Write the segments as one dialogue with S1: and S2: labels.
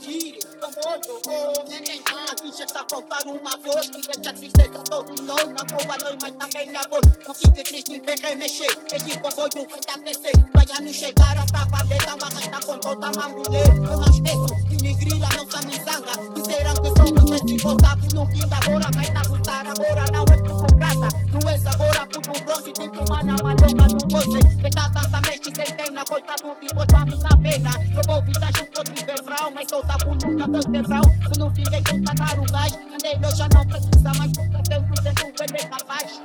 S1: tão morto Oh, ninguém mais Enxerga faltar uma flor Que deixa tristeza todo não Na boa não, mas também na boa Não fique triste em ver remexer Esse comboio vai dar PC Vai já não chegar a cavaleta Marreta com toda a mulher Eu não esqueço que me grila Não só me zanga Disseram que sou um você se voltar Não fim da hora Vai dar gostar agora Não é por graça Não és agora por um bronze Tem que uma na malonga No bolso Tentar dançar mexe sem pena Coitado tu que botamos na pena Eu vou virar junto do verão Mas sou da nunca do verão Se não fiquei com cantar o gás Andei eu já não precisa mais Porque tem que ser tu ele é capaz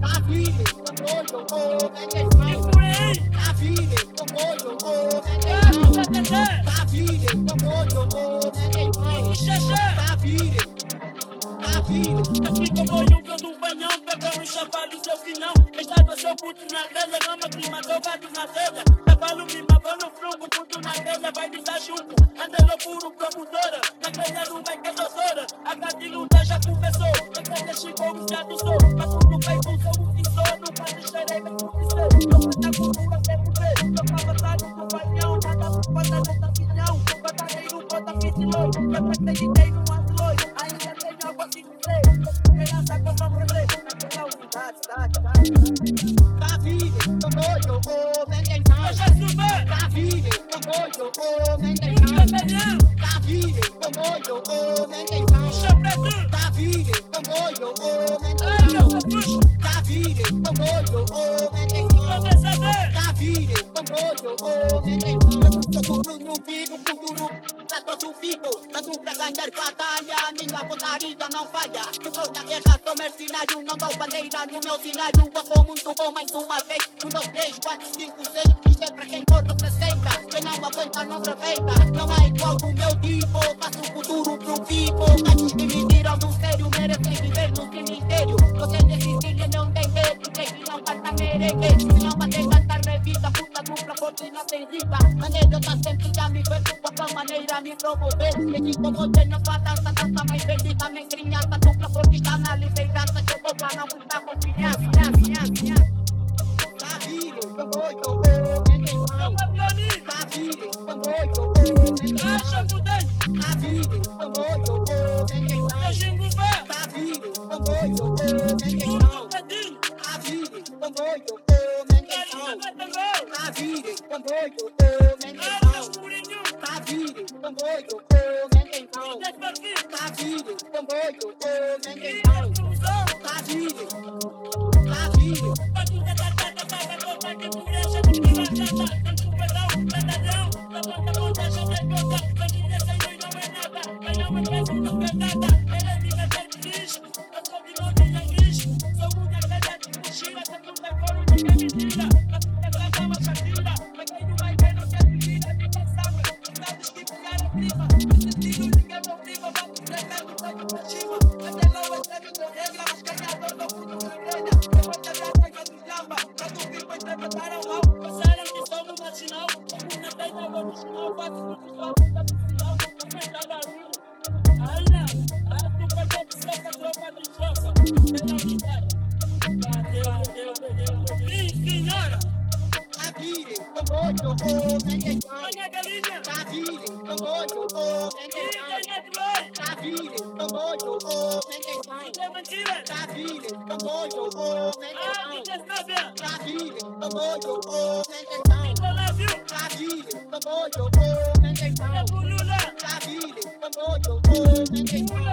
S1: Tá vindo, olho, oh, é que é Tá vindo, olho, oh, é que é Tá vindo, olho, oh, é que é Tá vindo Tá vindo,
S2: Aqui como eu nunca do banhão, bebeu um chavalo seu filhão. Estava seu puto na grelha, gama clima dovado na telha. Cavalo me babando frungo, puto na telha, vai pisar junto. Anda loucura, promotora, na grelha não vai que é doutora. A gatilho da já confessou, a grelha chegou, o gato sou. Mas tudo bem com seu pisou, não faz esterei, mas por dizer. Não vai dar por uma sempre ver, só pra passar no banhão. Nada por passar dessa opinião, batalheiro, bota fitiloi. Já pensei que tem um atloi, ainda tem algo a se dizer. Esperança que eu vou morrer, naquela unidade, tá, tá.
S1: tá vindo, olho, oh, é que é
S2: Deixa subir!
S1: Tá vindo, olho, oh, é que
S2: Nunca
S1: é
S2: perdeu,
S1: Tá vindo, olho, oh, é que é
S2: deixa preto.
S1: Tá vindo, comboio, oh,
S2: Ai, meu
S1: menino.
S2: Jesus,
S1: Tá vindo, comboio, oh,
S2: não
S1: menino.
S2: quer saber.
S1: Tá vindo, comboio, oh, menino. Eu sou duro no vivo, futuro. Pra todo vivo, mas um pra ganhar batalha. Minha pontaria não falha. Eu sou da guerra, sou mercenário. Não dou bandeira no meu cenário. Eu sou muito bom mais uma vez. Um, dois, três, quatro, cinco, seis. Isto é pra quem for representa. Quem não aguenta, não aproveita. Não é igual do meu tipo. Faço o futuro pro vivo. Antes que me tiram do sério, merecem viver no cemitério. Você desistir não tem medo. Tem que não canta merengue. Se não bater, cantar revista. Puta dupla, forte não tem riba. Maneiro tá sempre já me ver. Outra maneira me promover. Me digo, você não faz dança, dança mais perdida. Me criança, dupla, forte está na liderança. Que eu vou pra não muita confiança. Confiança, confiança. Tá vindo, eu vou, eu vou, ninguém vai.
S2: Não é pra mim,
S1: Tá vindo, eu vou, eu vou, ninguém vai.
S2: deixa fuder.
S1: Tá vindo, eu vou, eu vou, ninguém vai.
S2: Deixa envolver,
S1: Tá vindo, eu vou, eu vou, ninguém
S2: tudo
S1: vai.
S2: pedinho.
S1: Tá vindo, eu vou, eu vou, ninguém
S2: Carinha,
S1: vai.
S2: vai também.
S1: Tá vindo, eu vou, eu vou, ninguém
S2: Ah,
S1: vai.
S2: escurinho,
S1: Tá vindo, eu vou, eu vou, ninguém vai.
S2: desce aqui.
S1: Tá vindo, eu vou, eu vou, ninguém vai.
S2: Confusão.
S1: Tá vindo, tá vindo.
S2: né, é Sim, senhora!
S1: Tá vindo, eu vou, eu vou, ninguém vai.
S2: Olha a galinha!
S1: Tá vindo, eu vou, eu vou, ninguém vai.
S2: Internet, vai!
S1: Tá vindo, eu vou, eu vou, ninguém vai.
S2: Isso é mentira!
S1: Tá vindo, eu vou, eu vou, ninguém
S2: Ah,
S1: vai.
S2: ninguém sabe!
S1: Tá vindo, eu vou, eu vou, ninguém vai.
S2: Então lá viu!
S1: Tá vindo, eu vou, eu vou, ninguém
S2: É é
S1: vai.
S2: por Lula!
S1: Tá vindo, eu vou, eu vou, ninguém vai.